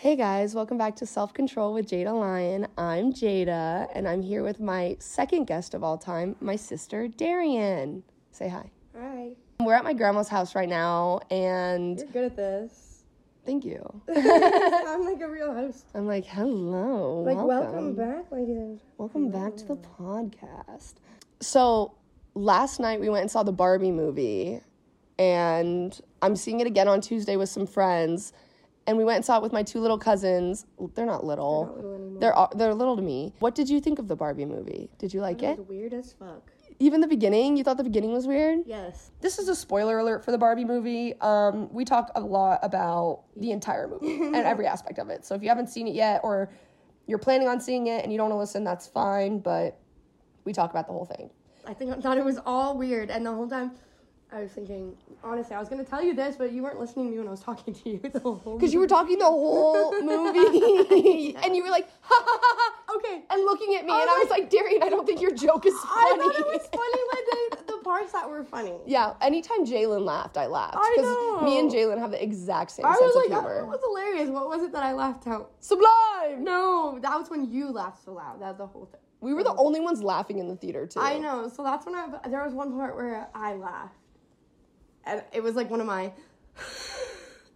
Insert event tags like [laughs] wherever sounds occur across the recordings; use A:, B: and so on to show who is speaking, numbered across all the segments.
A: Hey guys, welcome back to Self Control with Jada Lyon. I'm Jada, and I'm here with my second guest of all time, my sister Darian. Say hi.
B: Hi.
A: We're at my grandma's house right now, and
B: You're good at this.
A: thank you.
B: [laughs] I'm like a real host.
A: I'm like, hello.
B: Like, welcome, back, ladies and
A: Welcome back to the podcast. So, last night we went and saw the Barbie movie, and I'm seeing it again on Tuesday with some friends. And we went and saw it with my two little cousins. They're not little. They're
B: little anymore.
A: They're, a- they're little to me. What did you think of the Barbie movie? Did you like it?
B: It's weird as fuck.
A: Even the beginning? You thought the beginning was weird?
B: Yes.
A: This is a spoiler alert for the Barbie movie. Um, we talk a lot about the entire
B: [laughs]
A: movie and every aspect of it. So if you haven't seen it yet or you're planning on seeing it and you don't want to listen, that's fine, but we talk about the whole thing.
B: I think I thought it was all weird, and the whole time I was thinking, honestly, I was gonna tell you this, but you weren't listening to me when I was talking to you the whole. [laughs]
A: Because you were talking the whole movie [laughs] and you were like, ha ha ha ha,
B: Okay.
A: and looking at me, and I was like, Darian, I don't think your joke is
B: Oh I
A: funny.
B: thought
A: [laughs]
B: it was [laughs] funny, like the, the parts that were funny.
A: yeah, anytime Jalen laughed, I laughed.
B: I
A: me and
B: know.
A: Jalen have the exact same
B: I
A: sense
B: was
A: of
B: like, "Oh, that [laughs]
A: humor.
B: was hilarious. What was it that I laughed out?
A: Sublime!
B: No, that was when you laughed so loud. That was the whole thing.
A: We were the only ones laughing in the theater, too.
B: I know. So that's when I there was one part where I laughed, and it was like one of my. [laughs]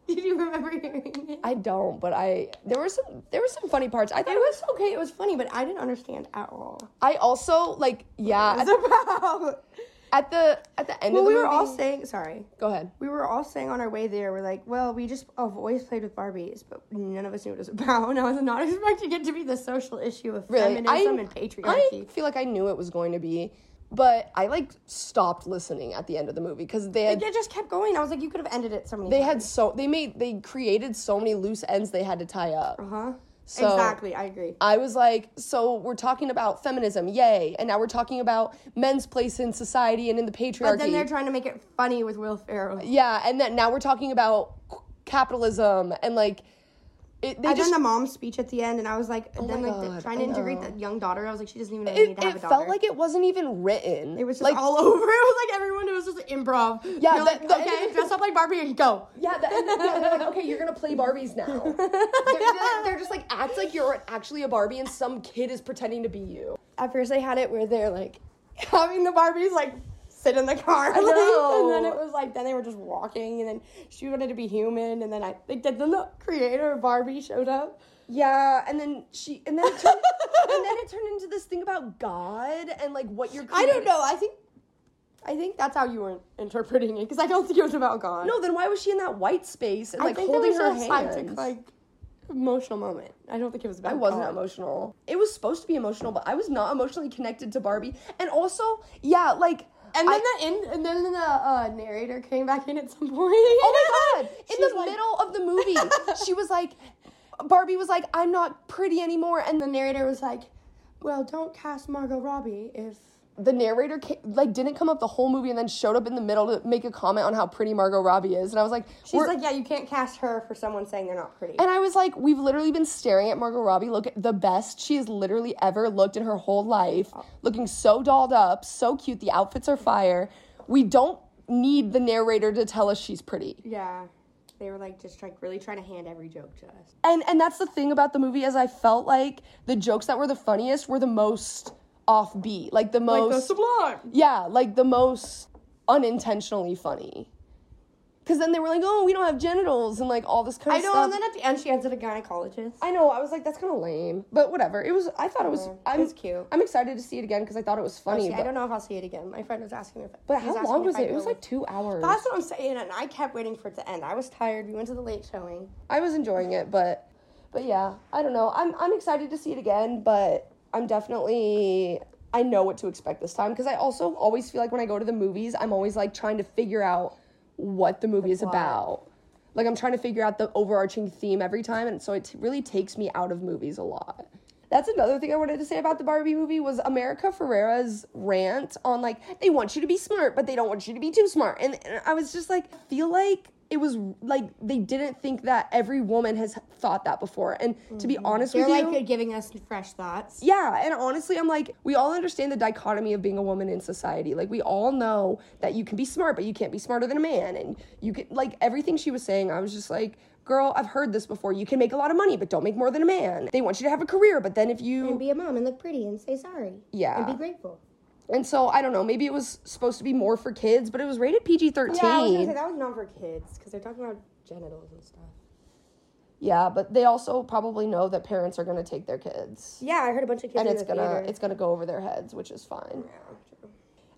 B: Did you remember hearing it?
A: I don't, but I there were some there were some funny parts. I thought
B: It was okay. It was funny, but I didn't understand at all.
A: I also like yeah
B: It's
A: at,
B: about.
A: at the at the end
B: [laughs] Well,
A: of the
B: we were
A: movie-
B: all saying sorry.
A: go ahead.
B: We were all saying on our way there, we're like, well, we just have always played with Barbies, but none of us knew what it was [laughs] about. And I was not expecting it to be the social issue of
A: Really,
B: feminism
A: I-
B: and
A: I
B: patriarchy.
A: feel like I knew it was going to be, but I like stopped listening at the end of the movie because they had
B: it just kept going. I was like, you could have ended it so many
A: they
B: times.
A: had so they made they created so many loose ends they had to tie up.
B: huh?
A: So-
B: exactly. I agree.
A: I was like, so we're talking about feminism, yay, and now we're talking about men's place in society and in the patriarchy.
B: But then they're trying to make it funny with Will Ferrell.
A: yeah, and then now we're talking about c- capitalism and like it, they
B: And
A: just
B: then the mom's speech at the end, and I was like, then
A: my
B: like the-
A: God,
B: trying
A: I
B: to integrate
A: know.
B: that young daughter. I was like, she doesn't even
A: it,
B: need to have
A: it
B: a daughter.
A: felt like it wasn't even written.
B: it was just
A: like
B: all [laughs] over. It was like everyone. It was just improv.
A: Yeah,
B: They're
A: the-
B: like,
A: the-
B: okay, dress up like Barbie and go.
A: yeah, the, and yeah, they're like okay, you're gonna play Barbies [laughs] now. They're, they're- they're just like act like you're actually a Barbie and some kid is pretending to be you.
B: At first, they had it where they're like [laughs] having the Barbies like sit in the car, [laughs] like,
A: know.
B: and then it was like then they were just walking, and then she wanted to be human, and then I think that then the creator of Barbie showed up.
A: Yeah, and then she and then it turned, and then it turned into this thing about God and like what you're.
B: I don't
A: creating.
B: know. I think. I think that's how you were interpreting it because I don't think it was about God.
A: No, then why was she in that white space and like
B: I think
A: holding
B: it
A: her
B: was a
A: hands?
B: psychic, like emotional moment. I don't think it was about.
A: I wasn't
B: God.
A: emotional. It was supposed to be emotional, but I was not emotionally connected to Barbie. And also, yeah, like
B: And
A: I-
B: then the end, and then the uh, narrator came back in at some point.
A: Oh
B: [laughs]
A: my god! In
B: She's
A: the
B: like-
A: middle of the movie, she was like, Barbie was like, I'm not pretty anymore, and
B: The narrator was like, "Well, don't cast Margot Robbie if."
A: the narrator ca like didn't come up the whole movie, and then showed up in the middle to make a comment on how pretty Margot Robbie is, and I was like,
B: She's
A: we're-
B: like, "Yeah, you can't cast her for someone saying they're not pretty."
A: And I was like, we've literally been staring at Margot Robbie look the best she has literally ever looked in her whole life,
B: Oh.
A: looking so dolled up, so cute. The outfits are fire. We don't need the narrator to tell us she's pretty.
B: yeah, they were like just like really trying to hand every joke to us.
A: and and that's the thing about the movie is I felt like the jokes that were the funniest were the most offbeat, like the most
B: sublime.
A: [laughs] yeah, like the most unintentionally funny. Because then they were like, oh, we don't have genitals and like all this kind
B: I
A: of
B: know.
A: stuff.
B: And then at the end, she ends at a gynecologist.
A: I know. I was like, that's kind of lame, but whatever. It was. I thought it was. I'm,
B: it's cute. Oh,
A: I'm excited to see it again because I thought it was funny.
B: See,
A: but,
B: I don't know if I'll see it again. My friend was asking if.
A: but
B: he was
A: how
B: asking
A: long
B: if
A: was
B: I'd
A: it? It
B: go
A: was
B: with
A: like two hours.
B: That's what I'm saying, and I kept waiting for it to end. I was tired. We went to the late showing.
A: [laughs] I was enjoying it, but but yeah, I don't know. I'm I'm excited to see it again, but I'm definitely I know what to expect this time because I also always feel like when I go to the movies, I'm always like trying to figure out what the movie is
B: plot.
A: about. Like I'm trying to figure out the overarching theme every time, and so it t- really takes me out of movies a lot. That's another thing I wanted to say about the Barbie movie was America Ferrera's rant on like they want you to be smart, but they don't want you to be too smart, and, and I was just like feel like it was like they didn't think that every woman has thought that before. And to be honest
B: They're
A: with you,
B: like giving us fresh thoughts.
A: yeah, and honestly, I'm like, we all understand the dichotomy of being a woman in society. Like, we all know that you can be smart, but you can't be smarter than a man. And you can, like, everything she was saying, I was just like, girl, I've heard this before. You can make a lot of money, but don't make more than a man. They want you to have a career, but then if
C: and
A: you.
C: be a mom and look pretty and say sorry.
A: Yeah.
C: And be grateful.
A: And so, I don't know, maybe it was supposed to be more for kids, but it was rated PG 13.
C: Yeah, I was gonna say that was not for kids because they're talking about genitals and stuff.
A: yeah, but they also probably know that parents are going to take their kids.
C: Yeah, I heard a bunch of kids
A: And
C: in
A: it's
C: the
A: gonna
C: theater.
A: it's gonna go over their heads, which is fine.
C: Yeah, true.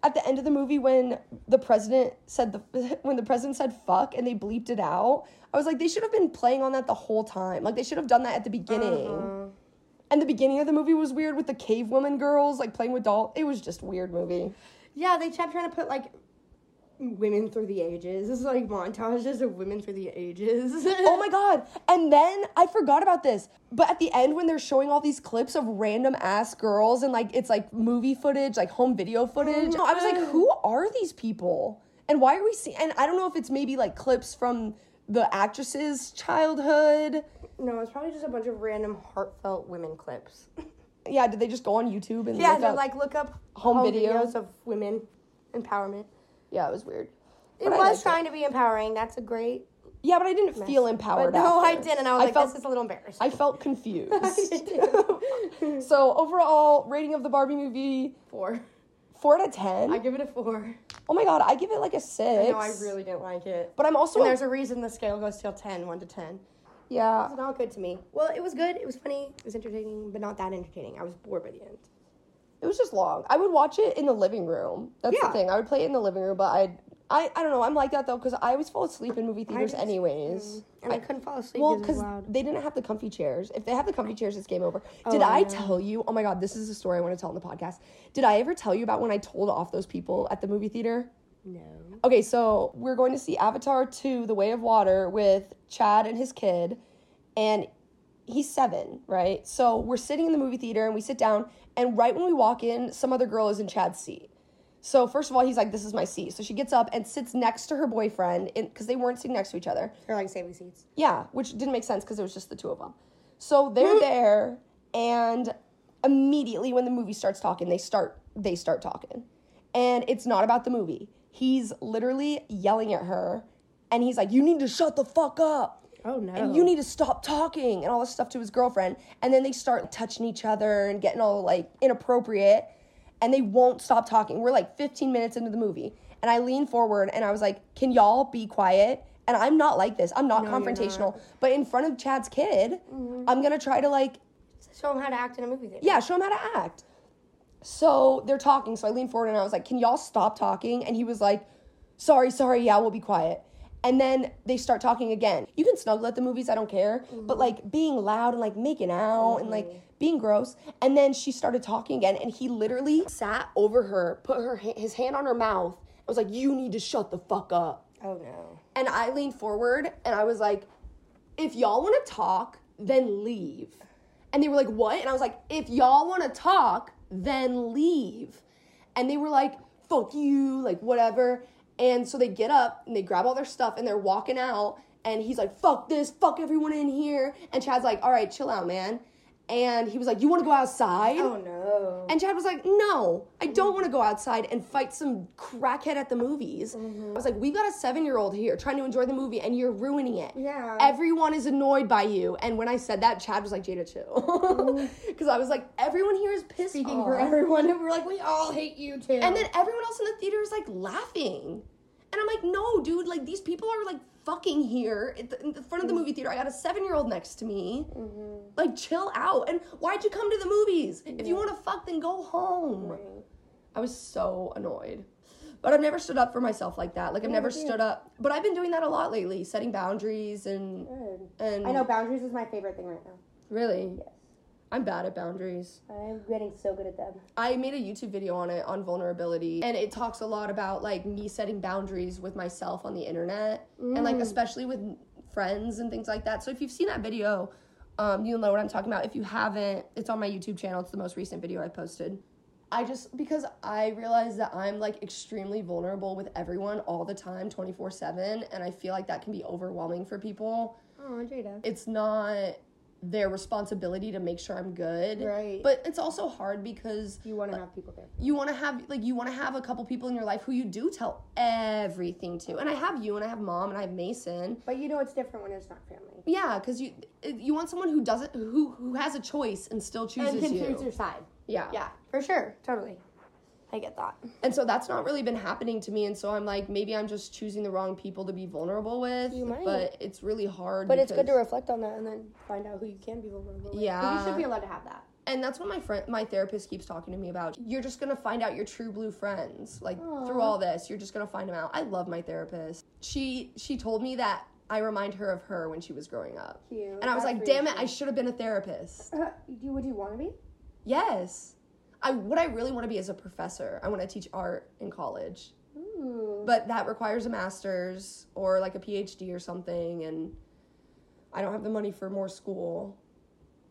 A: at the end of the movie when the president said the [laughs] when the president said fuck and they bleeped it out i was like they should have been playing on that the whole time like they should have done that at the beginning
C: Uh-huh.
A: and the beginning of the movie was weird with the cave woman girls like playing with doll it was just weird movie
B: Yeah, they kept trying to put like women through the ages. This is like montages of women through the ages.
A: oh my god and then i forgot about this but at the end when they're showing all these clips of random ass girls and like it's like movie footage like home video footage i was like
C: Mm-hmm.
A: who are these people and why are we seeing and i don't know if it's maybe like clips from the actress's childhood
C: No, it's probably just a bunch of random heartfelt women clips.
A: yeah did they just go on youtube and
C: Yeah,
A: look
C: they're
A: up-
C: like look up
A: home videos.
C: of women empowerment.
A: yeah it was weird
C: It
A: But I
C: was
A: liked
C: trying to be empowering. That's a great.
A: yeah but i didn't feel empowered
C: But no, I
A: after.
C: didn't. And I was like,
A: felt
C: this is a little embarrassing.
A: [laughs] I
C: [laughs]
A: felt confused. so overall, rating of the Barbie movie
B: Four.
A: four out of ten.
B: I give it a four.
A: oh my god, I give it like a six.
B: No, I really didn't like it.
A: But I'm also
B: And there's a reason the scale goes till 10, 1 to 10.
A: yeah.
C: It's not good to me. Well, it was good. It was funny. It was entertaining, but not that entertaining. I was bored by the end.
A: It was just long. I would watch it in the living room. That's
C: Yeah.
A: the thing. I would play it in the living room, but I I I don't know. I'm like that though because I always fall asleep in movie theaters
C: just-
A: anyways.
C: And I, couldn't fall asleep
A: Well,
C: because it was
A: because
C: loud.
A: they didn't have the comfy chairs. If they have the comfy chairs, it's game over. Did I, tell you? Oh my god, this is a story I want to tell on the podcast. Did I ever tell you about when I told off those people at the movie theater?
C: No.
A: Okay, so we're going to see Avatar 2 The Way of Water with Chad and his kid, and he's seven, right? So we're sitting in the movie theater and we sit down, and right when we walk in, some other girl is in Chad's seat. So, first of all, he's like, This is my seat. So she gets up and sits next to her boyfriend because they weren't sitting next to each other.
C: They're like saving seats.
A: Yeah, which didn't make sense because it was just the two of them. So they're there, and immediately when the movie starts talking, they start they start talking, and it's not about the movie. He's literally yelling at her, and he's like, "You need to shut the fuck up."
C: Oh, no.
A: And you need to stop talking and all this stuff to his girlfriend. And then they start touching each other and getting all like inappropriate. And they won't stop talking. We're like 15 minutes into the movie. And I lean forward and I was like, can y'all be quiet? And I'm not like this. I'm not confrontational. But in front of Chad's kid, I'm going to try to like
C: Show them how to act in a movie theater.
A: yeah, show him how to act. So they're talking. So I leaned forward and I was like, can y'all stop talking? And he was like, sorry, sorry, yeah, we'll be quiet. And then they start talking again. You can snuggle at the movies, I don't care. But like being loud and like making out and like being gross. And then she started talking again and he literally sat over her, put her ha- his hand on her mouth. I was like, you need to shut the fuck up.
C: Oh no.
A: And I leaned forward and I was like, if y'all want to talk, then leave. And they were like, what? And I was like, if y'all want to talk, then leave. And they were like, fuck you, like whatever. And so they get up and they grab all their stuff and they're walking out. And he's like, fuck this, fuck everyone in here. And Chad's like, all right, chill out, man. And he was like, you want to go outside?
C: Oh no.
A: And Chad was like, No, I don't want to go outside and fight some crackhead at the movies.
B: Mm-hmm.
A: I was like, We've got a seven year old here trying to enjoy the movie and you're ruining it.
C: Yeah.
A: Everyone is annoyed by you. And when I said that, Chad was like, Jada, chill. [laughs] Because I was like, Everyone here is pissed
B: Mm-hmm. Speaking
A: off.
B: for everyone, we were like, we all hate you too.
A: and then everyone else in the theater is like laughing. And I'm like, No, dude, like these people are like fucking here at the, in the front
C: Mm-hmm.
A: of the movie theater. I got a seven year old next to me. Like, chill out. And why'd you come to the movies? If you want to fuck, then go home. I was so annoyed. But I've never stood up for myself like that. Like I've never stood up. But I've been doing that a lot lately, setting boundaries and
C: Good.
A: and
C: I know boundaries is my favorite thing right now.
A: really. I'm bad at boundaries.
C: I'm getting so good at them.
A: I made a YouTube video on it on vulnerability and it talks a lot about like me setting boundaries with myself on the internet and
B: Mm.
A: like especially with friends and things like that. So if you've seen that video, um, you'll know what I'm talking about. If you haven't, it's on my YouTube channel. It's the most recent video I posted. I just because I realize that I'm like extremely vulnerable with everyone all the time, 24/7, and I feel like that can be overwhelming for people.
B: Oh, Jada.
A: It's not their responsibility to make sure I'm good.
B: Right.
A: But it's also hard because
B: You want to have people there.
A: you want to have like you want to have a couple people in your life who you do tell everything to. And I have you and I have mom and I have Mason.
B: But you know it's different when it's not family.
A: Yeah, cuz you you want someone who doesn't who who has a choice and still chooses
B: And can
A: you.
B: choose your side.
A: yeah.
B: Yeah, for sure. Totally. I get that.
A: And so that's not really been happening to me. And so I'm like, maybe I'm just choosing the wrong people to be vulnerable with.
B: You might.
A: But it's really hard.
B: But it's good to
A: because-
B: reflect on that and then find out who you can be vulnerable with. But
A: Yeah.
B: you should be allowed to have that.
A: and that's what my friend, my therapist keeps talking to me about. You're just gonna find out your true blue friends, like through all this. You're just gonna find them out. I love my therapist. She she told me that I remind her of her when she was growing up.
B: Cute.
A: And I was like, damn it, I should have been a therapist.
B: Uh, do, would you want to be?
A: Yes. I what I really want to be is a professor. I want to teach art in college.
B: Ooh.
A: but that requires a master's or like a PhD or something, and I don't have the money for more school.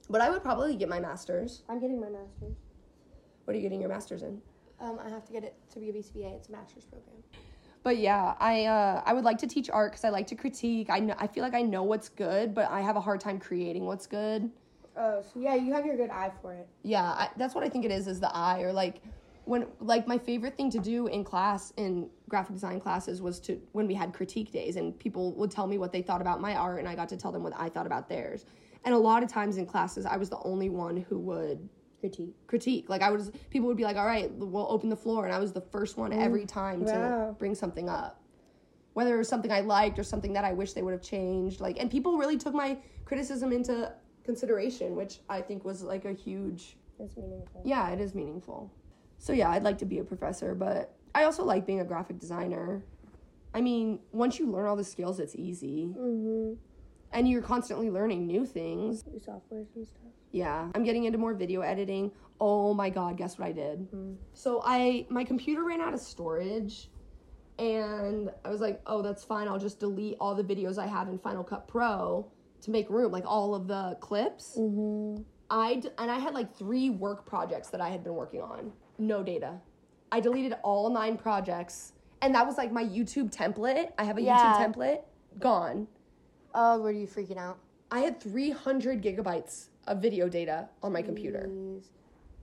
A: But I would probably get my master's.
B: I'm getting my master's.
A: What are you getting your master's in?
B: Um, I have to get it to be a BCBA. It's a master's program.
A: But yeah, I uh, I would like to teach art because I like to critique. I know, I feel like I know what's good, but I have a hard time creating what's good.
B: Oh, so yeah, you have your good eye for it.
A: Yeah, I, that's what I think it is is the eye or like when like my favorite thing to do in class in graphic design classes was to when we had critique days and people would tell me what they thought about my art and I got to tell them what I thought about theirs. And a lot of times in classes I was the only one who would
B: Critique.
A: critique. Like I was people would be like, "All right, we'll open the floor." And I was the first one every time to
B: Mm. wow.
A: bring something up. Whether it was something I liked or something that I wish they would have changed, like and people really took my criticism into consideration, which I think was like a huge
B: It's meaningful.
A: yeah, it is meaningful. So yeah, I'd like to be a professor, but I also like being a graphic designer. I mean, once you learn all the skills, it's easy.
B: Mm-hmm.
A: And you're constantly learning new things.
B: Your softwares and stuff.
A: Yeah, I'm getting into more video editing. Oh my god, guess what I did?
B: Mm-hmm.
A: So I my computer ran out of storage and I was like, "Oh, that's fine. I'll just delete all the videos I have in Final Cut Pro to make room, like all of the clips."
B: Mm-hmm.
A: I d- and I had like three work projects that I had been working on. No data. I deleted all nine projects, and that was like my YouTube template. I have a
B: Yeah.
A: YouTube template gone.
B: Oh, were you freaking out?
A: I had 300 gigabytes of video data on my computer.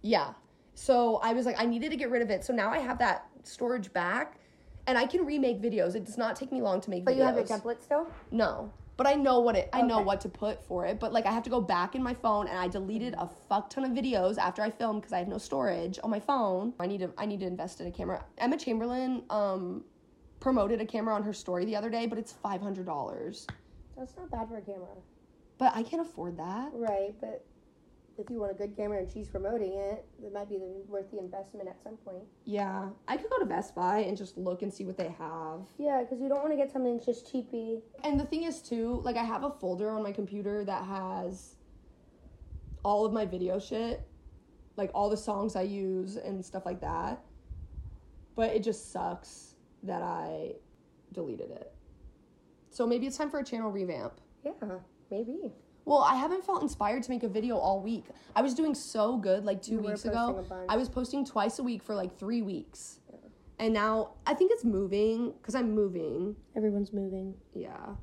A: Yeah. So I was like, I needed to get rid of it. So now I have that storage back, and I can remake videos. It does not take me long to make videos.
B: But you have your template still?
A: No. But I know what it I know
B: Okay.
A: what to put for it. But like I have to go back in my phone and I deleted a fuck ton of videos after I filmed because I have no storage on my phone. I need to I need to invest in a camera. Emma Chamberlain um promoted a camera on her story the other day, but it's five hundred dollars.
B: That's not bad for a camera.
A: But I can't afford that.
B: Right, but if you want a good camera and she's promoting it, that might be the, worth the investment at some point.
A: Yeah. I could go to Best Buy and just look and see what they have.
B: Yeah, because you don't want to get something that's just cheapy.
A: And the thing is too, like I have a folder on my computer that has all of my video shit, like all the songs I use and stuff like that. But it just sucks that I deleted it. So maybe it's time for a channel revamp.
B: Yeah, maybe.
A: Well, I haven't felt inspired to make a video all week. I was doing so good like 2
B: were
A: weeks
B: posting
A: ago.
B: a bunch.
A: I was posting twice a week for like 3 weeks. And now I think it's moving cuz I'm moving.
B: Everyone's moving.
A: Yeah.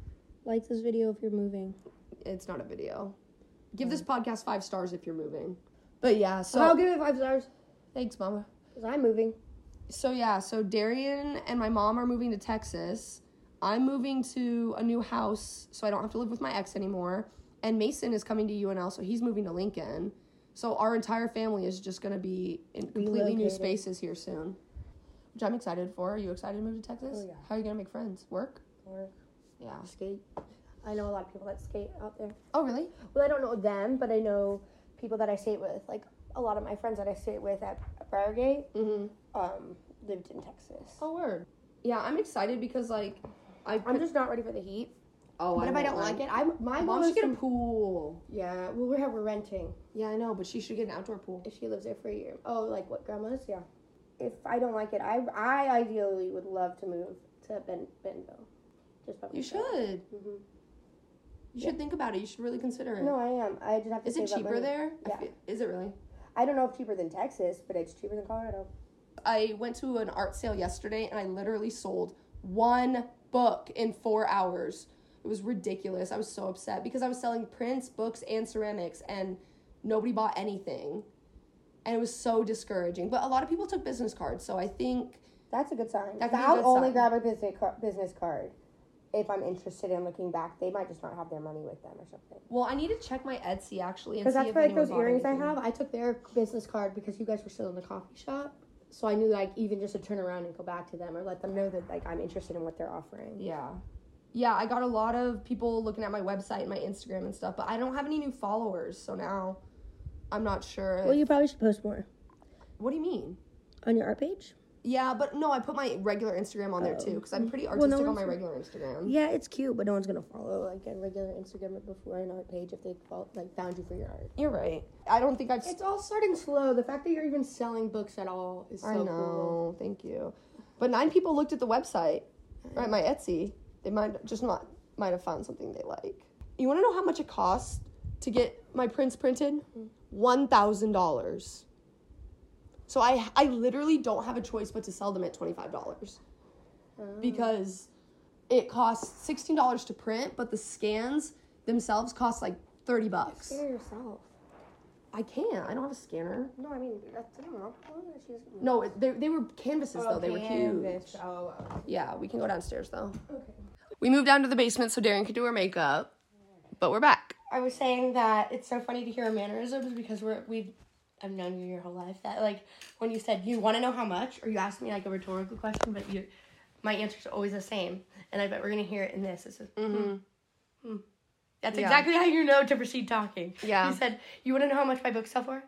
B: Like this video if you're moving.
A: it's not a video. Give this podcast five stars if you're moving. But yeah, so
B: I'll give it five stars.
A: thanks, mama.
B: Because I'm moving.
A: So yeah, so Darian and my mom are moving to Texas. I'm moving to a new house, so I don't have to live with my ex anymore. And Mason is coming to UNL, so he's moving to Lincoln. So our entire family is just gonna be in completely new
B: Relocating.
A: spaces here soon, which I'm excited for. Are you excited to move to Texas?
B: Oh, yeah.
A: How are you gonna make friends? Work?
B: Or
A: Yeah.
B: skate. I know a lot of people that skate out there.
A: Oh really?
B: Well, I don't know them, but I know people that I skate with. Like a lot of my friends that I skate with at Briargate
A: Mm-hmm.
B: um, lived in Texas.
A: Oh word. Yeah, I'm excited because like I
B: I'm just not ready for the heat.
A: Oh,
B: But if I don't like it, I'm my
A: Mom
B: mom
A: should
B: is
A: get a pool.
B: yeah. Well, we're we're renting.
A: Yeah, I know, but she should get an outdoor pool.
B: If she lives there for a year. Oh, like what grandma's? Yeah. If I don't like it, I I ideally would love to move to Ben Benville. Just by
A: You
B: myself.
A: should.
B: Mhm.
A: You should think about it. You should really consider it.
B: No, I am. I just have to.
A: Is it
B: save up
A: cheaper
B: money.
A: there? I
B: Yeah.
A: fe- Is it really?
C: I don't know if cheaper than Texas, but it's cheaper than Colorado.
A: I went to an art sale yesterday and I literally sold one book in four hours. It was ridiculous. I was so upset because I was selling prints, books, and ceramics, and nobody bought anything. And it was so discouraging. But a lot of people took business cards, so I think
C: That's a good sign.
A: That could be a
C: I'll
A: good
C: only
A: sign.
C: grab a business car- business card if I'm interested in looking back. They might just not have their money with them or something.
A: well, I need to check my Etsy actually and
C: Because
A: see
C: that's
A: if
C: why like
A: anyone
C: those
A: bought
C: earrings I
A: anything.
C: have.
B: I took their business card because you guys were still in the coffee shop. So I knew like even just to turn around and go back to them or let
C: I know that like I'm interested in what they're offering.
A: Yeah. Yeah, I got a lot of people looking at my website and my Instagram and stuff, but I don't have any new followers, so now I'm not sure.
C: you probably should post more
A: what do you mean?
C: on your art page.
A: Yeah, but no, I put my regular Instagram on there too because I'm pretty artistic on
C: one's-
A: my regular Instagram.
C: Yeah, it's cute, but no one's gonna follow like a regular Instagrammer before an art page if they follow, like found you for your art.
A: You're right. I don't think I've.
B: It's all starting slow. The fact that you're even selling books at all is so
A: I know.
B: cool.
A: Thank you. But nine people looked at the website, or at my Etsy. They might just not might have found something they like. You want to know how much it costs to get my prints printed? One thousand dollars. So I I literally don't have a choice but to sell them at twenty five dollars, because it costs sixteen dollars to print, but the scans themselves cost like thirty bucks.
C: Scan yourself.
A: I can't. I don't have a scanner.
C: No, I mean that's I don't know. I wonder if she doesn't-
A: No, it- they, they were canvases
B: Oh,
A: though. They were huge.
C: Canvas. Oh, oh.
A: Yeah, we can go downstairs though. Okay. We moved down to the basement so Darren could do her makeup, but we're back.
B: I was saying that it's so funny to hear our mannerisms because we're we I've known you your whole life. That like when you said you want to know how much, or you asked me like a rhetorical question, but you my answer's always the same, and I bet we're gonna hear it in this. It's just, mm-hmm. That's
A: Yeah.
B: exactly how you know to proceed talking.
A: Yeah.
B: You said you want to know how much my books sell for,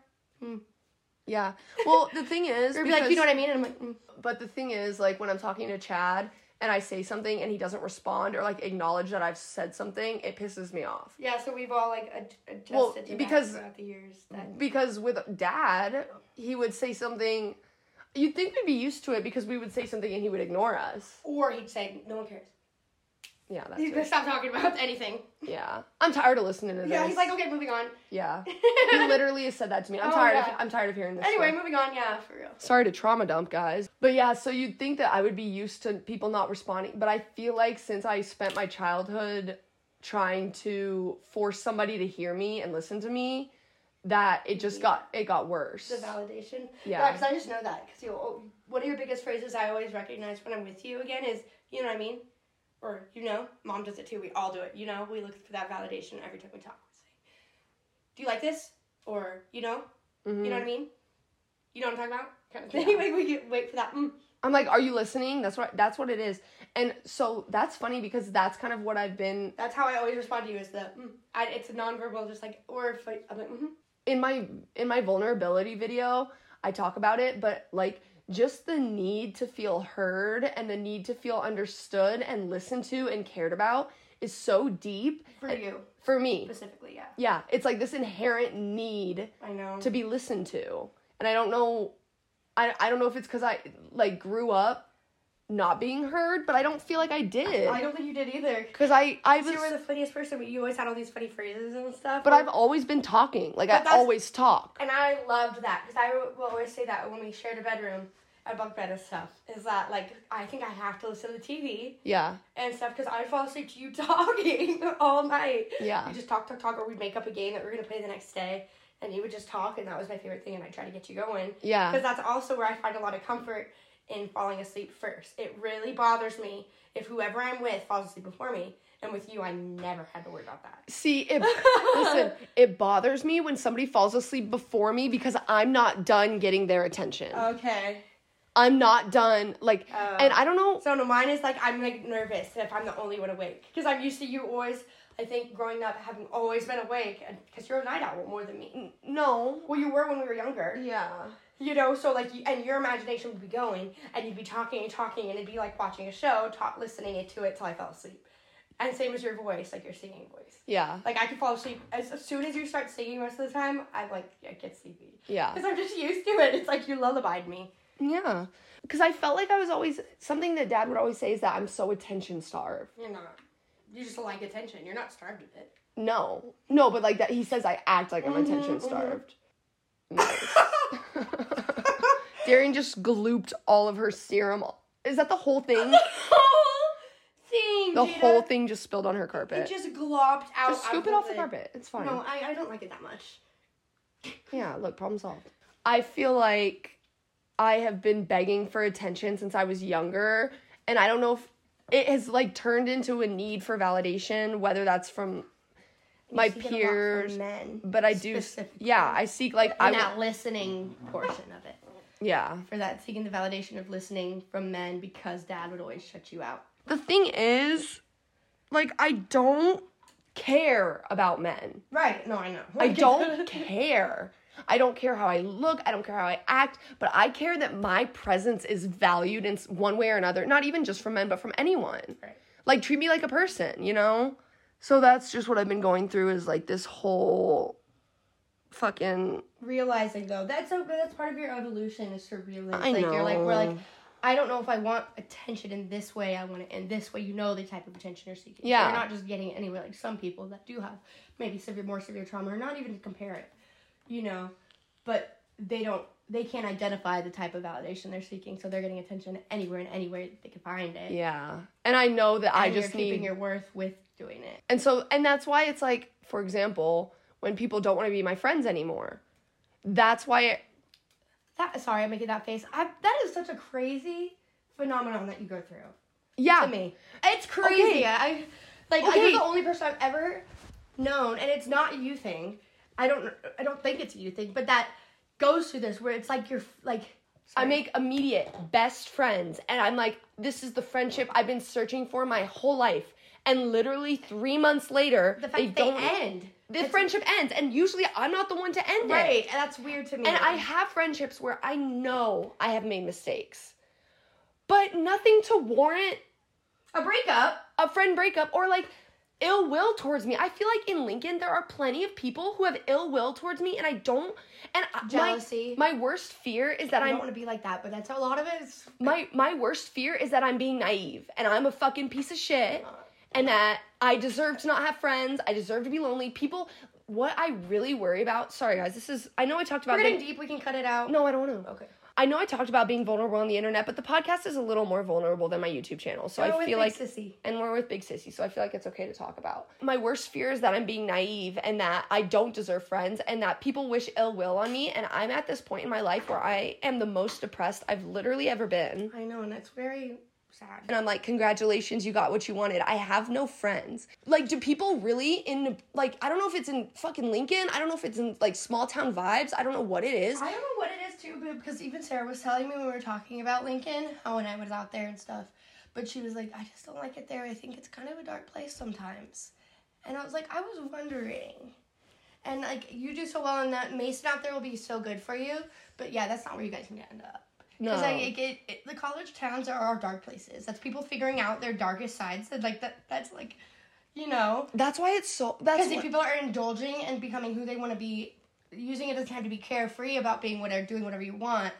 A: Yeah. Well, the thing is,
B: or be like, you know what I mean? And I'm like, mm.
A: but the thing is, like when I'm talking to Chad and I say something and he doesn't respond or like acknowledge that I've said something, it pisses me off.
B: yeah. So we've all like ad- adjusted
A: Well,
B: to that
A: because- Mm-hmm.
B: throughout the years. That
A: Because with dad, he would say something. You'd think we'd be used to it because we would say something and he would ignore us.
B: or he'd say, no one cares.
A: Yeah, that's
B: He's gonna
A: it.
B: stop talking about anything.
A: Yeah. I'm tired of listening to this.
B: Yeah. He's like, okay, moving on. [laughs]
A: Yeah. He literally has said that to me. I'm
B: Oh,
A: tired
B: yeah.
A: of I'm tired of hearing this.
B: Anyway,
A: stuff.
B: moving on. Yeah, for real.
A: sorry to trauma dump guys. But yeah, so you'd think that I would be used to people not responding, but I feel like since I spent my childhood trying to force somebody to hear me and listen to me, that it just got it got worse.
B: the validation.
A: Yeah.
B: because I just know that. Because you, oh, one of your biggest phrases I always recognize when I'm with you again is, you know what I mean, or you know, mom does it too. We all do it. You know, we look for that validation every time we talk. We say, do you like this? Or you know,
A: Mm-hmm.
B: you know what I mean? You know what I'm talking about? Kind of thing. [laughs] like we get, wait for that. Mm.
A: I'm like, are you listening? That's what that's what it is. And so that's funny because that's kind of what I've been
B: That's how I always respond to you. Is the mm. I, it's a nonverbal, just like or if I, I'm like, mm-hmm.
A: in my in my vulnerability video i talk about it but like just the need to feel heard and the need to feel understood and listened to and cared about is so deep
B: for you
A: for me
B: specifically. Yeah,
A: yeah it's like this inherent need
B: I know.
A: to be listened to and i don't know i, I don't know if it's because i like grew up not being heard but i don't feel like i did
B: I don't think you did either.
A: because i i
B: You were
A: was
B: the funniest person, but you always had all these funny phrases and stuff.
A: but i've always been talking like i
B: that's-
A: always talk
B: And I loved that because I will always say that when we shared a bedroom at bunk bed and stuff is that like I think I have to listen to the TV
A: yeah
B: and stuff because I would fall asleep to you [laughs] talking all night.
A: Yeah.
B: we just talk, talk, talk, or we'd make up a game that we were gonna play the next day, and you would just talk, and that was my favorite thing, and I try to get you going.
A: Yeah.
B: because that's also where I find a lot of comfort in falling asleep first. It really bothers me if whoever I'm with falls asleep before me, and with you, I never had to worry about that.
A: See, it, listen, it bothers me when somebody falls asleep before me because I'm not done getting their attention.
B: Oh. Okay.
A: I'm not done, like, and I don't know.
B: So no, mine is like I'm like nervous if I'm the only one awake because I'm used to you always. I think growing up having always been awake and because you're a night owl more than me.
A: No.
B: Well, you were when we were younger,
A: Yeah.
B: you know. So like, you, and your imagination would be going, and you'd be talking and talking, and it'd be like watching a show, talk, listening to it till I fell asleep. And same as your voice, like your singing voice.
A: Yeah.
B: Like I could fall asleep as, as soon as you start singing. Most of the time, I am like I get sleepy.
A: Yeah.
B: Because I'm just used to it. It's like you lullabied me.
A: Yeah. Because I felt like I was always, something that dad would always say is that I'm so attention starved.
B: You're not. You just like attention. You're not starved of it.
A: No. No, but like that, he says I act like I'm attention starved. Darian just glooped all of her serum. Is that the whole thing?
B: whole [laughs] thing.
A: The
B: Jada.
A: whole thing just spilled on her carpet.
B: It just glopped out.
A: Just scoop it off the carpet. It's fine.
B: No, I, I don't like it that much.
A: Yeah, look, problem solved. I feel like I have been begging for attention since I was younger, and I don't know if it has like turned into a need for validation, whether that's from my
B: You see that a lot from
A: peers.
B: men.
A: But I do,
B: specifically.
A: yeah, I seek like I
B: in
A: w-
B: that listening portion of it.
A: yeah.
B: For that seeking the validation of listening from men because dad would always shut you out.
A: The thing is, like I don't care about men.
B: Right. No, I know. [laughs]
A: I don't care. I don't care how I look. I don't care how I act, but I care that my presence is valued in s- one way or another, not even just from men, but from anyone.
B: Right.
A: Like, treat me like a person, you know? So that's just what I've been going through is like this whole fucking.
B: realizing though that's a, that's part of your evolution is to realize
A: I
B: like you're like we're like
A: know.
B: I don't know if I want attention in this way. I want it in this way. You know the type of attention you're seeking. So
A: Yeah.
B: you're not just getting it anywhere. Like some people that do have maybe severe, more severe trauma, or not even to compare it. You know, but they don't. They can't identify the type of validation they're seeking, so they're getting attention anywhere and anywhere that they can find it.
A: Yeah. And I know that I
B: And
A: just
B: you're keeping
A: need.
B: your worth with doing it.
A: and so, and that's why it's like, for example, when people don't want to be my friends anymore, that's why it.
B: That sorry, I'm making that face. I, that is such a crazy phenomenon that you go through.
A: Yeah. [laughs]
B: to me. It's crazy.
A: Okay.
B: I like I,
A: Okay.
B: you're the only person I've ever known, and it's not a you thing. I don't I don't think it's a you thing, but that goes through this where it's like you're like
A: I make immediate best friends, and I'm like, this is the friendship I've been searching for my whole life. And literally three months later,
B: the fact
A: they
B: that they
A: don't
B: end.
A: The friendship ends, and usually I'm not the one to end it.
B: Right, and that's weird to me.
A: And I have friendships where I know I have made mistakes, but nothing to warrant
B: a breakup.
A: a friend breakup or like ill will towards me. I feel like in Lincoln there are plenty of people who have ill will towards me, and I don't. And I- my-
B: Jealousy.
A: My, worst fear is that
B: I
A: I'm
B: don't want to be like that, but that's a lot of it. Is,
A: my my worst fear is that I'm being naive and I'm a fucking piece of shit and that I deserve to not have friends. I deserve to be lonely. People what I really worry about, sorry guys, this is I know I talked about
B: we're getting
A: being-
B: deep. We can cut it out.
A: No, I don't want to.
B: Okay.
A: I know I talked about being vulnerable on the internet, but the podcast is a little more vulnerable than my YouTube channel. So
B: We're
A: I
B: with
A: feel like
B: Big sissy.
A: and we're with Big Sissy, so I feel like it's okay to talk about. My worst fear is that I'm being naive and that I don't deserve friends and that people wish ill will on me and I'm at this point in my life where I am the most depressed I've literally ever been.
B: I know, and that's very sad.
A: And I'm like, congratulations, you got what you wanted. I have no friends. Like, do people really in, like, I don't know if it's in fucking Lincoln. I don't know if it's in, like, small town vibes. I don't know what it is.
B: I don't know what it is too, but because even Sarah was telling me when we were talking about Lincoln, how when I was out there and stuff, but she was like, I just don't like it there. I think it's kind of a dark place sometimes. And I was like, I was wondering. And like, you do so well in that Mason out there will be so good for you, but yeah, that's not where you guys can end up.
A: No.
B: Because like, it, it, it- the college towns are our dark places. That's people figuring out their darkest sides. That like that. That's like, you know.
A: that's why it's so, that's
B: Because if
A: what-
B: people are indulging and becoming who they want to be, using it as time to be carefree about being whatever, doing whatever you want,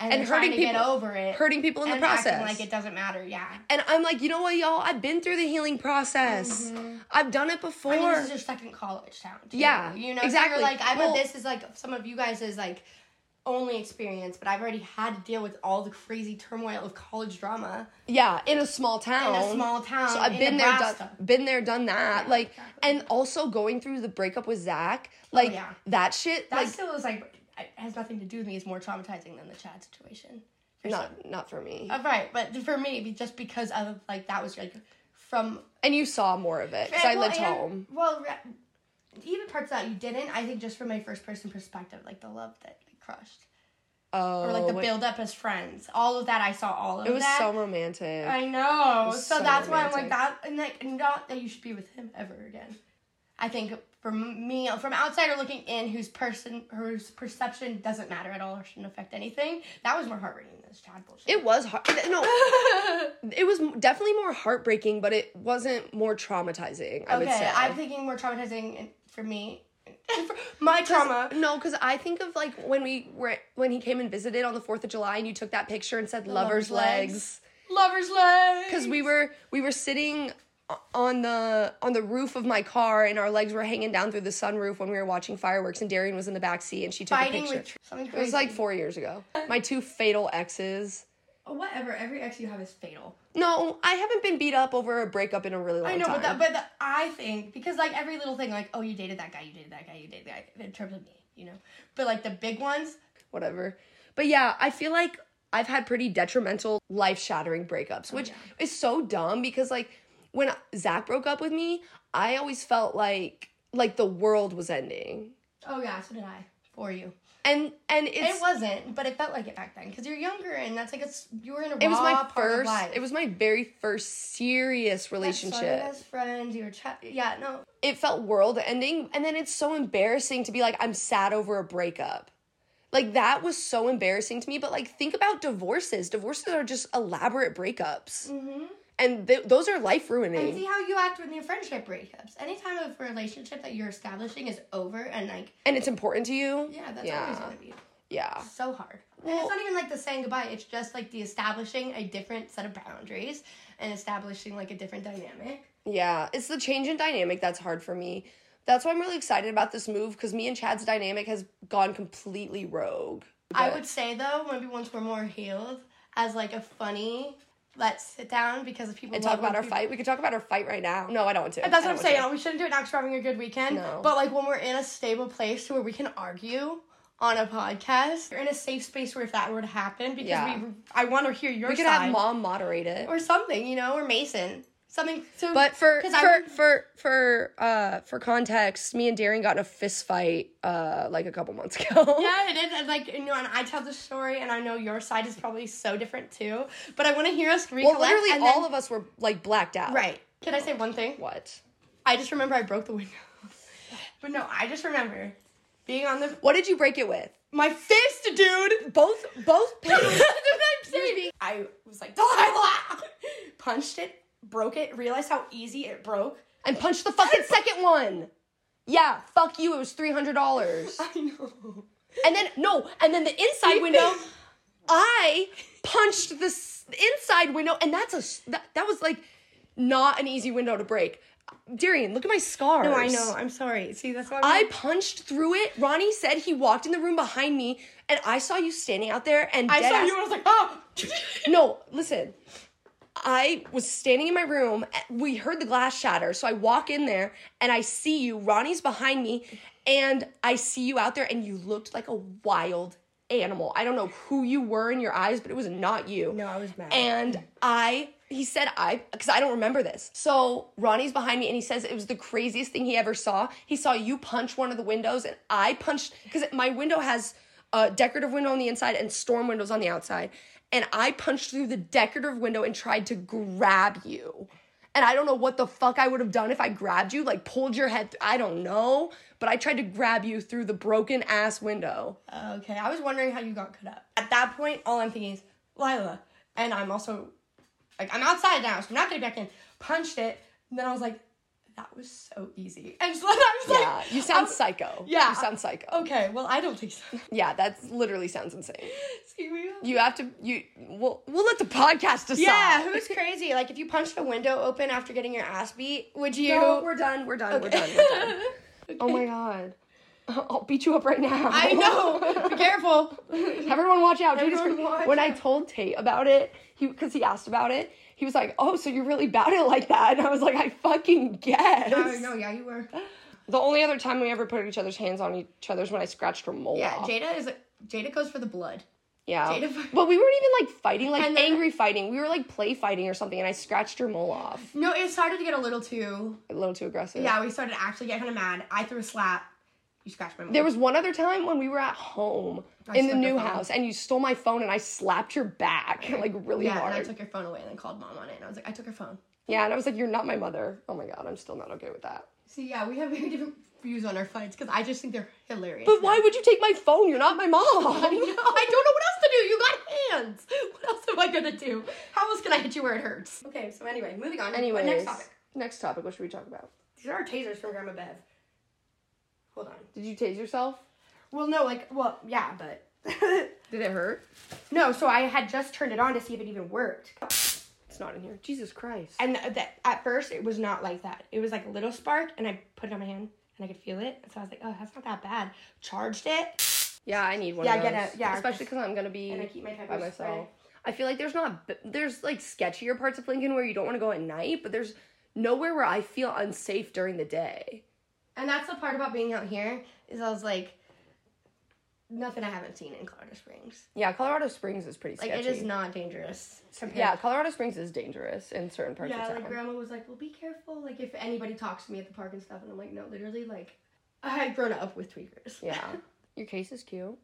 B: and,
A: And
B: then trying
A: hurting
B: to get
A: people-
B: over it,
A: hurting people in the
B: and acting
A: process.
B: like it doesn't matter. Yeah,
A: and I'm like, you know what, y'all? I've been through the healing process. I've done it before.
B: Mm-hmm. I mean, this is your second college town. too.
A: Yeah,
B: you know, So
A: exactly.
B: you're like, I
A: Well-
B: bet this is like some of you guys is like only experience, but I've already had to deal with all the crazy turmoil of college drama
A: yeah, in a small town.
B: in a small town.
A: Oh, So I've
B: in
A: been there, done,
B: Nebraska.
A: been there, done that. like,
B: exactly. Oh,
A: and also going through the breakup with Zach, like
B: yeah.
A: that shit,
B: That
A: like
B: still is like it has nothing to do with me. It's more traumatizing than the Chad situation. For some.
A: not not for me.
B: Uh, Right, but for me, be- just because of like that was like from
A: and you saw more of it because I
B: Well,
A: lived
B: and-
A: home.
B: Well, re- even parts that you didn't, I think, just from my first person perspective, like the love that like, crushed
A: Oh,
B: or like the
A: it-
B: build up as friends, all of that I saw all of
A: It was
B: that.
A: so romantic.
B: I know.
A: was
B: So,
A: so
B: that's why I'm
A: romantic.
B: like that, and like not that you should be with him ever again. I think from me, from outsider looking in, whose person, whose perception doesn't matter at all or shouldn't affect anything, that was more heartbreaking than this Chad bullshit.
A: it was hard. [laughs] No, it was definitely more heartbreaking, but it wasn't more traumatizing. I would
B: okay,
A: say.
B: I'm thinking more traumatizing and- for me. [laughs] for my trauma.
A: no, because I think of like when we were when he came and visited on the Fourth of July, and you took that picture and said "lovers
B: lover's legs.
A: legs"
B: Lover's leg.
A: because we were we were sitting on the on the roof of my car and our legs were hanging down through the sunroof when we were watching fireworks and Darian was in the back seat and she took a
B: Fighting
A: picture.
B: with tr- something
A: it
B: crazy.
A: was like 4 years ago. My two fatal exes.
B: oh, whatever. Every ex you have is fatal.
A: No, I haven't been beat up over a breakup in a really long
B: I
A: time.
B: know, but that, but the, I think because like every little thing, like oh, you dated that guy, you dated that guy, you dated that guy, in terms of me, you know. But like the big ones,
A: whatever. But yeah, I feel like I've had pretty detrimental, life shattering
B: Oh,
A: breakups, which is so dumb because like when Zach broke up with me, I always felt like like the world was ending.
B: oh yeah, so did I for you.
A: And and it's
B: It wasn't, but it felt like it back then because you're younger and that's like it's you were in a
A: it was my
B: part of
A: first
B: life.
A: it was my very first serious
B: Your
A: relationship.
B: best friends, your ch- yeah, no,
A: It felt world ending and then it's so embarrassing to be like I'm sad over a breakup. Like that was so embarrassing to me, but like think about divorces. Divorces are just elaborate breakups. And th- those are life
B: Mm-hmm. and
A: ruining.
B: see how you act when your friendship breakups. Any time of relationship that you're establishing is over, and like
A: and it's important to you.
B: yeah, that's always
A: yeah,
B: gonna be
A: yeah.
B: so hard. and it's not even like the saying goodbye. It's just like the establishing a different set of boundaries and establishing like a different dynamic.
A: Yeah. It's the change in dynamic that's hard for me. That's why I'm really excited about this move because me and Chad's dynamic has gone completely rogue.
B: I
A: But-
B: would say though, maybe once we're more healed, as like a funny let's sit down because people
A: and
B: love
A: talk about
B: when
A: our
B: people-
A: fight. We could talk about our fight right now. No, I don't want to.
B: That's
A: I
B: what I'm
A: don't want
B: saying. We shouldn't do it now 'cause we're having a good weekend.
A: No.
B: But like when we're in a stable place to where we can argue on a podcast, we're in a safe space where if that were to happen, because
A: Yeah.
B: we, I want to hear your
A: to. We could
B: side
A: have mom moderate it.
B: or something, you know, or Mason, something. To,
A: But for
B: 'cause
A: for,
B: I'm-
A: for for uh for context, me and Darren got in a fist fight uh like a couple months [laughs] ago.
B: yeah, it is. And like you know, and I tell the story, and I know your side is probably so different too. But I want to hear us
A: Well,
B: recollect.
A: literally
B: and
A: all
B: then,
A: of us were like blacked out.
B: right. Can I say one thing?
A: What?
B: I just remember I broke the window. [laughs] but no, I just remember being on the
A: What did you break it with?
B: my fist, dude.
A: Both [laughs] both
B: [laughs] That's
A: parents.
B: what I'm saying. I was like, Delilah! [laughs] Punched it, broke it, realized how easy it broke.
A: and punch the fucking second one. Yeah, fuck you. It was three hundred dollars.
B: I know.
A: [laughs] And then no, and then the inside [laughs] window. I punched the s- inside window, and that's a s- that, that was like not an easy window to break. Darian, look at my scars.
B: No, I know. I'm sorry. See, that's why
A: I punched through it. Ronnie said he walked in the room behind me, and I saw you standing out there. And
B: I
A: dead
B: saw
A: ass-
B: you and I was like, [laughs] oh!
A: no, listen. I was standing in my room. We heard the glass shatter. So I walk in there and I see you. Ronnie's behind me and I see you out there and you looked like a wild animal. I don't know who you were in your eyes, but it was not you.
B: No, I was mad.
A: And I, he said, I, because I don't remember this. So Ronnie's behind me and he says it was the craziest thing he ever saw. He saw you punch one of the windows and I punched, because my window has a decorative window on the inside and storm windows on the outside. And I punched through the decorative window and tried to grab you. And I don't know what the fuck I would have done if I grabbed you, like pulled your head. Th- I don't know, but I tried to grab you through the broken ass window.
B: Uh, Okay, I was wondering how you got cut up. At that point, all I'm thinking is, Lila. And I'm also, like, I'm outside now, so I'm not getting back in. Punched it, and then I was like, that was so easy. And so then I was
A: Yeah,
B: like,
A: you [laughs] sound
B: I'm-
A: psycho.
B: Yeah.
A: you sound psycho.
B: Okay, well, I don't think so.
A: Oh,
B: [laughs]
A: Yeah, that literally sounds insane.
B: Excuse me.
A: You have to you we'll we'll let the podcast decide.
B: Yeah, who's crazy? Like, if you punched a window open after getting your ass beat, would you?
A: No,
B: [laughs]
A: we're done, we're done, we're done, we're done. [laughs] Oh my god. I'll beat you up right now.
B: I know. Be careful.
A: [laughs] Everyone watch out. Jesus
B: Everyone
A: Christ.
B: watch
A: when I told Tate about it, he because he asked about it, he was like, Oh, so you're really about it like that? And I was like, I fucking guess.
B: yeah, you were.
A: The only other time we ever put each other's hands on each other's when I scratched her mole.
B: Yeah,
A: off.
B: Jada is. Jada goes for the blood.
A: yeah.
B: Jada-
A: but we weren't even like fighting, like
B: And then-
A: angry fighting. We were like play fighting or something, and I scratched her mole off.
B: No, it started to get a little too.
A: A little too aggressive.
B: Yeah, we started to actually get kind of mad. I threw a slap. You scratched my.
A: There was one other time when we were at home in the
B: stole your
A: new
B: phone.
A: house and you stole my phone and I slapped your back [laughs] like really
B: yeah,
A: hard.
B: and I took your phone away and then called mom on it, and I was like, I took her phone.
A: yeah, and I was like, You're not my mother. Oh my god, I'm still not okay with that.
B: See, yeah, we have [laughs] very different views on our fights because I just think they're hilarious.
A: But why would you take my phone? You're not my [laughs]
B: I know.
A: mom.
B: I don't know what else to do. You got hands. What else am I gonna do? How else can I hit you where it hurts? Okay, so anyway, moving on.
A: Anyways,
B: Anyway, next topic.
A: Next topic, what should we talk about?
B: These are our tasers from Grandma Bev. Hold on.
A: Did you tase yourself?
B: Well, no, like, well, yeah, but [laughs]
A: Did it hurt?
B: no. So I had just turned it on to see if it even worked.
A: It's not in here. Jesus Christ.
B: And that at first it was not like that. It was like a little spark, and I put it on my hand and I could feel it. And so I was like, oh, that's not that bad. Charged it,
A: yeah, I need one.
B: Yeah,
A: of
B: get
A: those.
B: it, yeah.
A: Especially because I'm gonna be
B: and I keep my pepper
A: by
B: spray.
A: myself. I feel like there's not there's like sketchier parts of Lincoln where you don't want to go at night, but there's nowhere where I feel unsafe during the day.
B: And that's the part about being out here is I was like, nothing I haven't seen in Colorado Springs.
A: Yeah, Colorado Springs is pretty
B: Like
A: sketchy.
B: it is not dangerous. Compared
A: yeah, Colorado Springs is dangerous in certain parts
B: yeah,
A: of town.
B: like grandma was like, "Well, be careful. Like if anybody talks to me at the park and stuff," and I'm like, "No, literally, like I had grown up with tweakers." [laughs]
A: yeah. Your case is cute.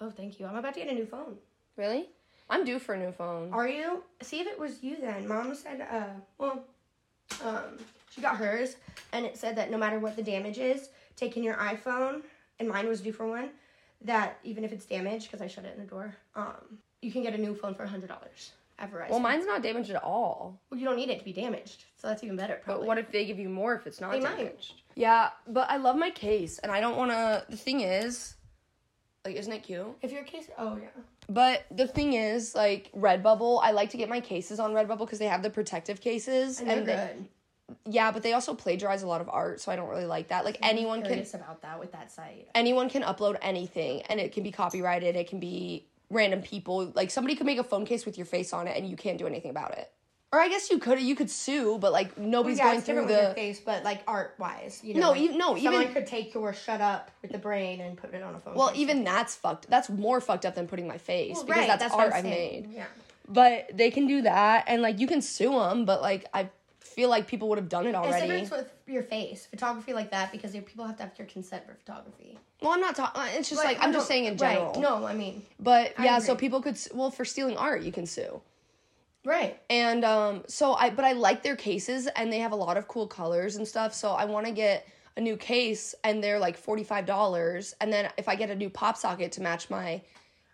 B: oh, thank you. I'm about to get a new phone.
A: Really? I'm due for a new phone.
B: Are you? See if it was you then. Mom said, uh, well, um, she got hers, and it said that no matter what the damage is, taking your iPhone, and mine was due for one, that even if it's damaged, because I shut it in the door, um, you can get a new phone for $100 at Verizon.
A: Well, mine's not damaged at all.
B: Well, you don't need it to be damaged, so that's even better,
A: But
B: probably.
A: what if they give you more if it's not
B: They might.
A: damaged? Yeah, but I love my case, and I don't want to. The thing is, like, isn't it cute?
B: if your case, oh, yeah.
A: But the thing is, like Redbubble, I like to get my cases on Redbubble because they have the protective cases,
B: And, they're
A: they-
B: good.
A: yeah, but they also plagiarize a lot of art, so I don't really like that. Like anyone can
B: Curious about that with that site.
A: anyone can upload anything, and it can be copyrighted. It can be random people. Like somebody could make a phone case with your face on it, and you can't do anything about it. Or I guess you could. You could sue, but like nobody's
B: yeah,
A: going
B: it's
A: through
B: different with your
A: the.
B: face, but like art wise, you know.
A: No,
B: like,
A: e- no,
B: someone
A: even-
B: could take your shut up with the brain and put it on a phone.
A: Well,
B: case.
A: even that's fucked. That's more fucked up than putting my face
B: Well,
A: because
B: right,
A: that's,
B: what
A: art
B: I'm
A: I
B: saying.
A: made.
B: Yeah.
A: But they can do that, and like you can sue them. But like I feel like people would have done it
B: It's
A: already.
B: different with your face photography like that because your- people have to have your consent for photography.
A: Well, I'm not talking. It's just like
B: But-
A: I'm
B: no,
A: just saying in
B: right,
A: general.
B: No, I mean
A: But yeah, so
B: agree.
A: people could s- well for stealing art, you can sue.
B: right.
A: And um so I but I like their cases and they have a lot of cool colors and stuff, so I want to get a new case and they're like $45 and then if I get a new pop socket to match my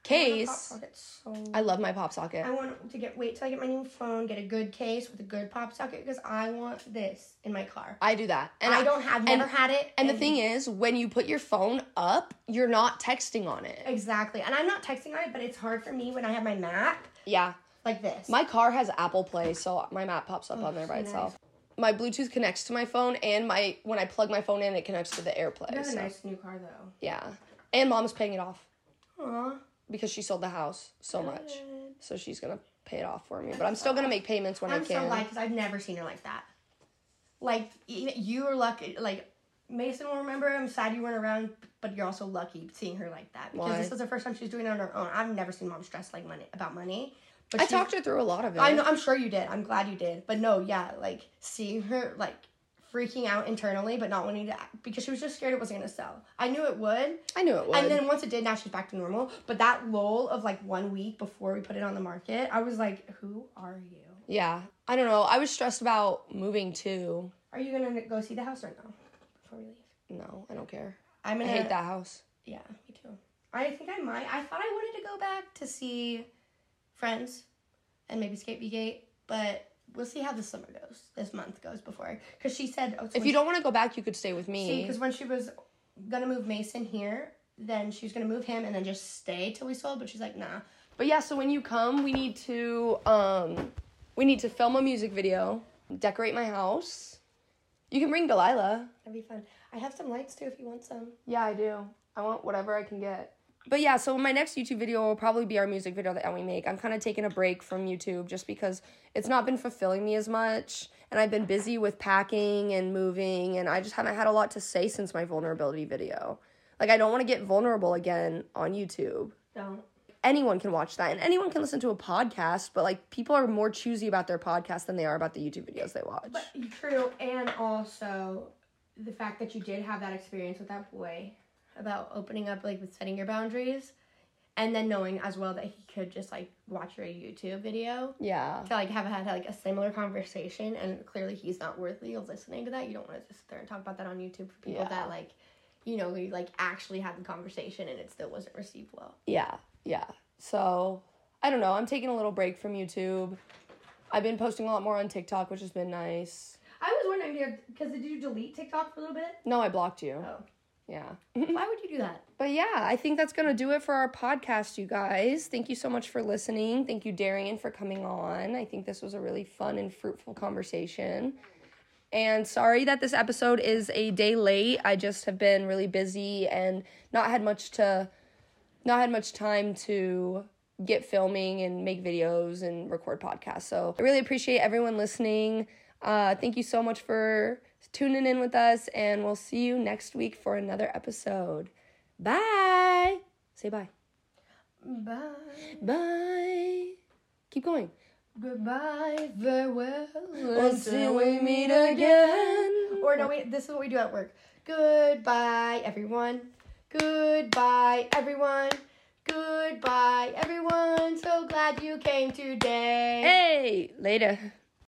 A: case,
B: Pop socket's so.
A: I love my pop socket.
B: I want to get wait till I get my new phone, get a good case with a good pop socket because I want this in my car.
A: I do that. And
B: I don't have
A: and-
B: never had it.
A: And the thing is, when you put your phone up, you're not texting on it.
B: exactly, and I'm not texting on it, but it's hard for me when I have my map
A: Yeah.
B: like this.
A: My car has Apple Play, so my map pops up on there by
B: Oh, nice.
A: itself. My Bluetooth connects to my phone, and my when I plug my phone in, it connects to the AirPlay.
B: That's a
A: so-
B: nice new car though.
A: Yeah, and mom's paying it off
B: Aw.
A: because she sold the house so much, so she's gonna pay it off for me. But I'm still gonna make payments when i
B: I'm
A: can.
B: so glad because I've never seen her like that. Like e- you were lucky. Like Mason will remember. I'm sad you weren't around, but you're also lucky seeing her like that because
A: Why?
B: this was the first time she was doing it on her own. I've never seen mom stressed like money about money. But
A: I
B: she-
A: talked her through a lot of it.
B: I know. I'm sure you did. I'm glad you did. But no, yeah, like seeing her like freaking out internally, but not wanting to because she was just scared it wasn't gonna sell. I knew it would.
A: I knew it would.
B: And then once it did, now she's back to normal. But that lull of like one week before we put it on the market, I was like, "Who are you?
A: yeah, I don't know. I was stressed about moving too.
B: Are you gonna go see the house right now before we leave?"
A: No, I don't care.
B: I'm
A: I
B: gonna
A: hate that house.
B: Yeah, me too. I think I might. I thought I wanted to go back to see Friends and maybe Skate B Gate, but we'll see how the summer goes. This month goes before because she said, "Oh,
A: If you don't want to go back, you could stay with me.
B: because when she was gonna move Mason here." Then she was gonna move him and then just stay till we sold, but she's like, nah.
A: But yeah, so when you come, we need to um we need to film a music video, decorate my house. You can bring Delilah.
B: That'd be fun. I have some lights too if you want some.
A: Yeah, I do. I want whatever I can get. But yeah, so my next YouTube video will probably be our music video that we make. I'm kind of taking a break from YouTube just because it's not been fulfilling me as much. And I've been busy with packing and moving, and I just haven't had a lot to say since my vulnerability video. Like, I don't want to get vulnerable again on YouTube.
B: Don't.
A: anyone can watch that and anyone can listen to a podcast, but like people are more choosy about their podcast than they are about the YouTube videos they watch.
B: But true, and also the fact that you did have that experience with that boy about opening up, like with setting your boundaries, and then knowing as well that he could just like watch your YouTube video
A: yeah.
B: to like have had like a similar conversation, and clearly he's not worthy of listening to that. You don't want to just sit there and talk about that on YouTube for people
A: Yeah.
B: that like, you know, you like actually had the conversation and it still wasn't received well.
A: Yeah. Yeah. So I don't know. I'm taking a little break from YouTube. I've been posting a lot more on TikTok, which has been nice.
B: I was wondering because did you delete TikTok for a little bit?
A: No, I blocked you.
B: Oh. [laughs]
A: Yeah.
B: Why would you do that?
A: But yeah, I think that's going to do it for our podcast, you guys. Thank you so much for listening. Thank you, Darian, for coming on. I think this was a really fun and fruitful conversation. And sorry that this episode is a day late. I just have been really busy and not had much to not had much time to get filming and make videos and record podcasts. So I really appreciate everyone listening. Uh, thank you so much for tuning in with us, and we'll see you next week for another episode. Bye. Say bye.
B: Bye.
A: Bye. Keep going.
B: Goodbye. Farewell.
A: Until we meet again.
B: Or no, wait. This is what we do at work. Goodbye, everyone. Goodbye, everyone. Goodbye, everyone. So glad you came today.
A: Hey, later.